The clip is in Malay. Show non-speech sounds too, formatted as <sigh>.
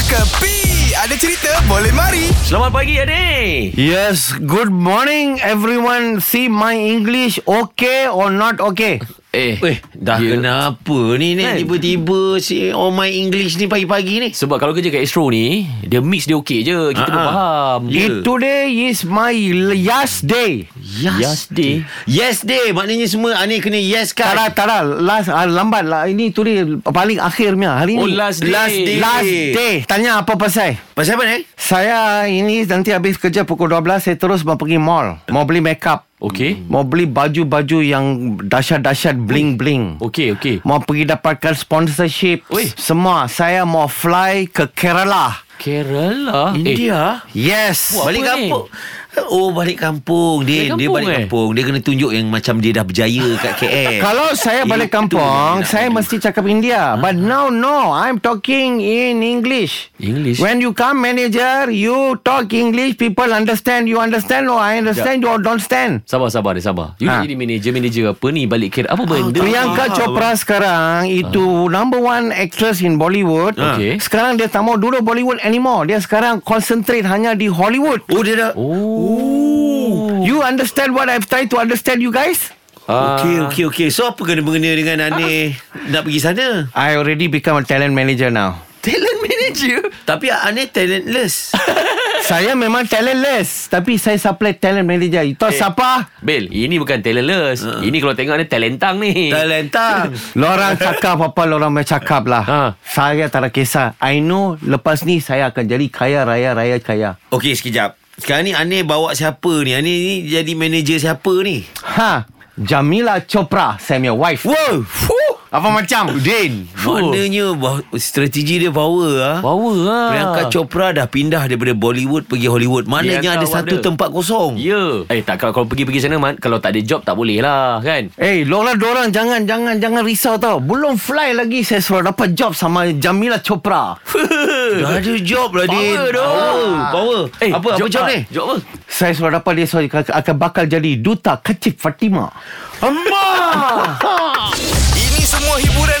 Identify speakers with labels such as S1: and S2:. S1: Kepi Ada cerita boleh mari
S2: Selamat pagi adik.
S3: Yes, good morning everyone. See my English okay or not okay?
S4: Eh,
S2: Eh, dah yeah.
S4: Ya.
S2: kenapa ni ni
S4: Kan?
S2: tiba-tiba si Oh My English ni pagi-pagi ni.
S4: sebab kalau kerja kat Astro ni, dia mix dia okey je,
S2: Ah,
S4: kita uh
S2: ah.
S4: faham.
S2: Ya.
S3: It today is my last day.
S2: Yes,
S4: day.
S2: Yes day. Maknanya semua Ani kena yes kan.
S3: Tara tara last ah, lambat lah ini today paling akhir punya hari
S4: Oh,
S3: ni.
S4: last day.
S2: Last day.
S3: Last day. Tanya apa pasal?
S2: Pasal apa ni?
S3: Saya ini nanti habis kerja pukul 12 saya terus mau pergi mall. Mau beli makeup.
S4: Okey.
S3: Mau beli baju-baju yang dahsyat-dahsyat bling-bling.
S4: Okey, okey.
S3: Mau pergi dapatkan sponsorship.
S4: Oi.
S3: Semua saya mau fly ke Kerala. Eh.
S4: Kerala.
S2: India.
S3: Yes.
S4: Buat
S2: balik
S4: apa ni?
S2: kampung. Oh, balik kampung. Dia dia
S4: Balik kampung,
S2: balik
S4: eh?
S2: kampung. Dia kena tunjuk yang macam dia dah berjaya kat
S4: <laughs>
S2: KL.
S3: Kalau saya
S2: Eh.
S3: balik
S2: Itu
S3: kampung,
S2: yang
S3: saya
S2: nak-
S3: mesti cakap India. But now, no. I'm talking in English.
S4: English.
S3: When you come, manager, you talk English. People understand. You understand or I understand or don't understand.
S4: Eh, sabar, sabar dia, sabar. You
S2: Ha.
S3: Ah.
S4: nak jadi manager, manager apa ni? Balik Kerala. Apa benda?
S2: Ah,
S3: Priyanka Chopra sekarang itu number one actress in Bollywood.
S4: Okay.
S3: Sekarang dia tak mau duduk Bollywood anymore. Dia sekarang concentrate hanya di Hollywood.
S2: Oh, dia dah. Oh.
S4: Oh.
S3: You understand what I've tried to understand you guys?
S4: Ah.
S2: Okey, okey, okey. So apa kena mengena dengan Ani nak pergi sana?
S3: I already become a talent manager now.
S4: Talent manager.
S2: Tapi Ani
S4: <laughs>
S2: talentless.
S3: <laughs> saya memang talentless tapi saya supply talent manager. You tahu siapa?
S4: Bil, ini bukan talentless.
S2: Ha.
S4: Uh. Ini kalau tengok ni talentang ni.
S3: Ah.
S2: Talentang.
S3: <laughs> Lorang cakap apa Lorang main cakap lah
S4: Ha.
S3: Saya tak ada kisah I know Lepas ni saya akan jadi Kaya raya raya kaya
S2: Okey, sekejap. Sekarang ni Ani bawa siapa ni? Ani ni jadi manager siapa ni?
S3: Ha Jamila Chopra Saya punya wife
S2: Wow. Fuh.
S3: Apa macam Din
S2: Maknanya bah- strategi dia power ah.
S4: Power lah.
S2: Priyanka Chopra dah pindah daripada Bollywood pergi Hollywood.
S4: Priyanka
S2: Maknanya ada
S4: awak
S2: satu
S4: ada.
S2: tempat kosong.
S4: Ya. Eh, tak kalau, kalau pergi-pergi sana, man, kalau tak ada job tak boleh lah, kan?
S3: Eh, hey, lorang dorang jangan jangan jangan risau tau. Belum fly lagi saya suruh dapat job sama Jamila Chopra.
S2: Dah ada job lah Din.
S4: Power dah.
S2: Power.
S4: Eh,
S2: apa apa job
S4: apa?
S2: ni?
S4: Job apa?
S3: Saya suruh dapat dia suruh akan bakal jadi duta kecil Fatima.
S1: Ini semua hiburan